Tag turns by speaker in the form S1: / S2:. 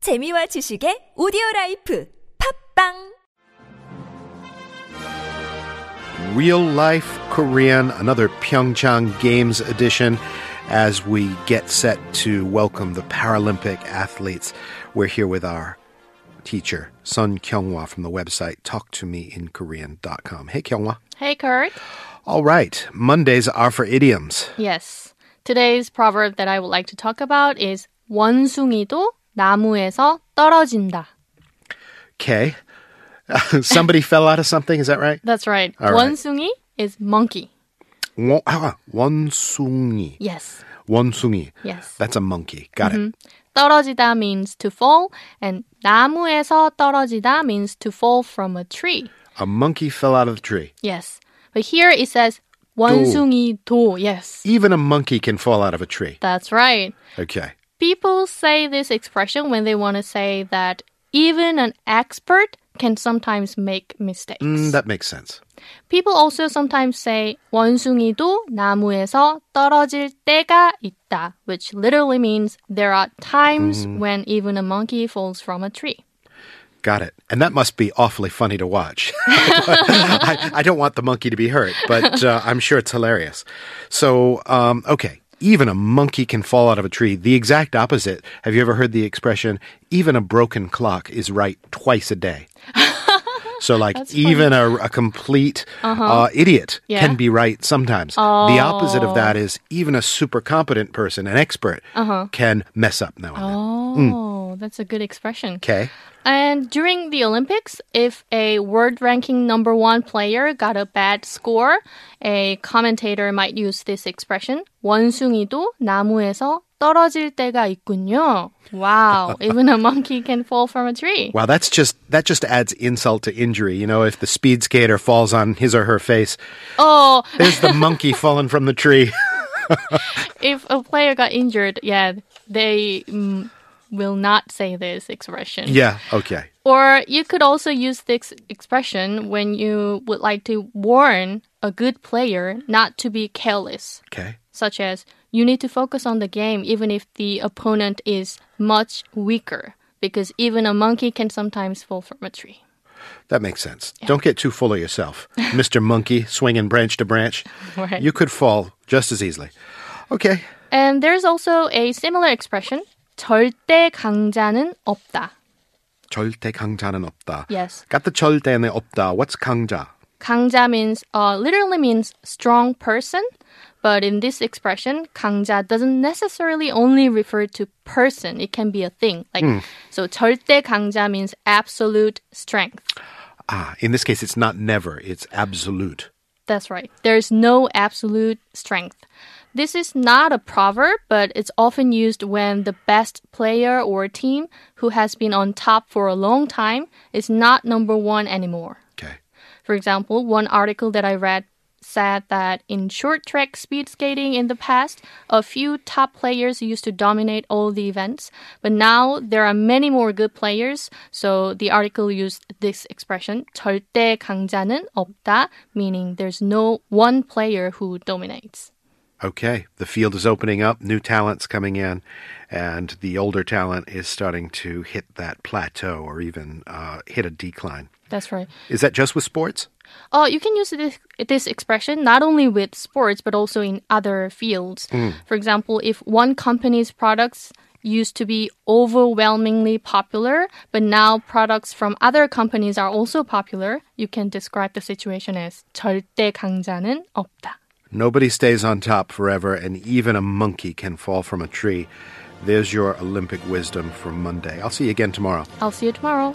S1: 재미와 지식의 오디오 라이프 팝빵
S2: Real Life Korean, another Pyeongchang Games edition as we get set to welcome the Paralympic athletes. We're here with our teacher, Sun Kyunghwa from the website talktomeinkorean.com. Hey Kyunghwa.
S3: Hey, Kurt.
S2: All right, Mondays are for idioms.
S3: Yes. Today's proverb that I would like to talk about is 원숭이도 나무에서 떨어진다.
S2: Okay. Somebody fell out of something, is that right?
S3: That's right.
S2: All right.
S3: 원숭이 is monkey.
S2: Won- ah, 원숭이.
S3: Yes.
S2: 원숭이.
S3: Yes.
S2: That's a monkey. Got it.
S3: 떨어지다 means to fall and 나무에서 떨어지다 means to fall from a tree.
S2: A monkey fell out of the tree.
S3: Yes. But here it says 원숭이도. Yes.
S2: Even a monkey can fall out of a tree.
S3: That's right.
S2: Okay.
S3: People say this expression when they want to say that even an expert can sometimes make mistakes.
S2: Mm, that makes sense.
S3: People also sometimes say 원숭이도 나무에서 떨어질 때가 있다, which literally means there are times when even a monkey falls from a tree.
S2: Got it. And that must be awfully funny to watch. I, I don't want the monkey to be hurt, but uh, I'm sure it's hilarious. So, um, okay. Even a monkey can fall out of a tree. The exact opposite. Have you ever heard the expression, even a broken clock is right twice a day? So, like, even a, a complete uh idiot
S3: Uh-huh. Yeah. Oh.
S2: can be right sometimes. The opposite of that is even a super competent person, an expert, can mess up now and then.
S3: Uh-huh. Oh, that's a good expression.
S2: Okay.
S3: And during the Olympics, if a world ranking number one player got a bad score, a commentator might use this expression, 원숭이도 나무에서 떨어질 때가 있군요. Wow, even a monkey can fall from a tree.
S2: Wow, that's just that just adds insult to injury. You know, if the speed skater falls on his or her face,
S3: Oh,
S2: there's the monkey falling from the tree.
S3: if a player got injured, yeah, they mm, will not say this expression.
S2: yeah, okay.
S3: Or you could also use this expression when you would like to warn a good player not to be careless,
S2: Okay.
S3: such as you need to focus on the game even if the opponent is much weaker, because even a monkey can sometimes fall from a tree.
S2: That makes sense. Don't get too full of yourself. Mr. Monkey swinging branch to branch.
S3: Right.
S2: You could fall just as easily. Okay.
S3: And there's also a similar expression, 절대 강자는 없다.
S2: 절대 강자는 없다.
S3: Yes.
S2: Got the 절대 and the 없다. What's 강자?
S3: 강자 means uh, literally means strong person, but in this expression, 강자 doesn't necessarily only refer to person. It can be a thing. Like so, 절대 강자 means absolute strength.
S2: Ah, in this case, it's not never. It's absolute.
S3: That's right. There's no absolute strength. This is not a proverb, but it's often used when the best player or team who has been on top for a long time is not number one anymore.
S2: Okay.
S3: For example, one article that I read said that in short track speed skating in the past, a few top players used to dominate all the events, but now there are many more good players. So the article used this expression, 절대 강자는 없다, meaning there's no one player who dominates.
S2: okay, the field is opening up, new talent's coming in, and the older talent is starting to hit that plateau or even uh, hit a decline.
S3: That's right.
S2: Is that just with sports?
S3: Oh, you can use this, this expression not only with sports but also in other fields. For example, if one company's products used to be overwhelmingly popular, but now products from other companies are also popular, you can describe the situation as 절대 강자는 없다.
S2: Nobody stays on top forever, and even a monkey can fall from a tree. There's your Olympic wisdom for Monday. I'll see you again tomorrow.
S3: I'll see you tomorrow.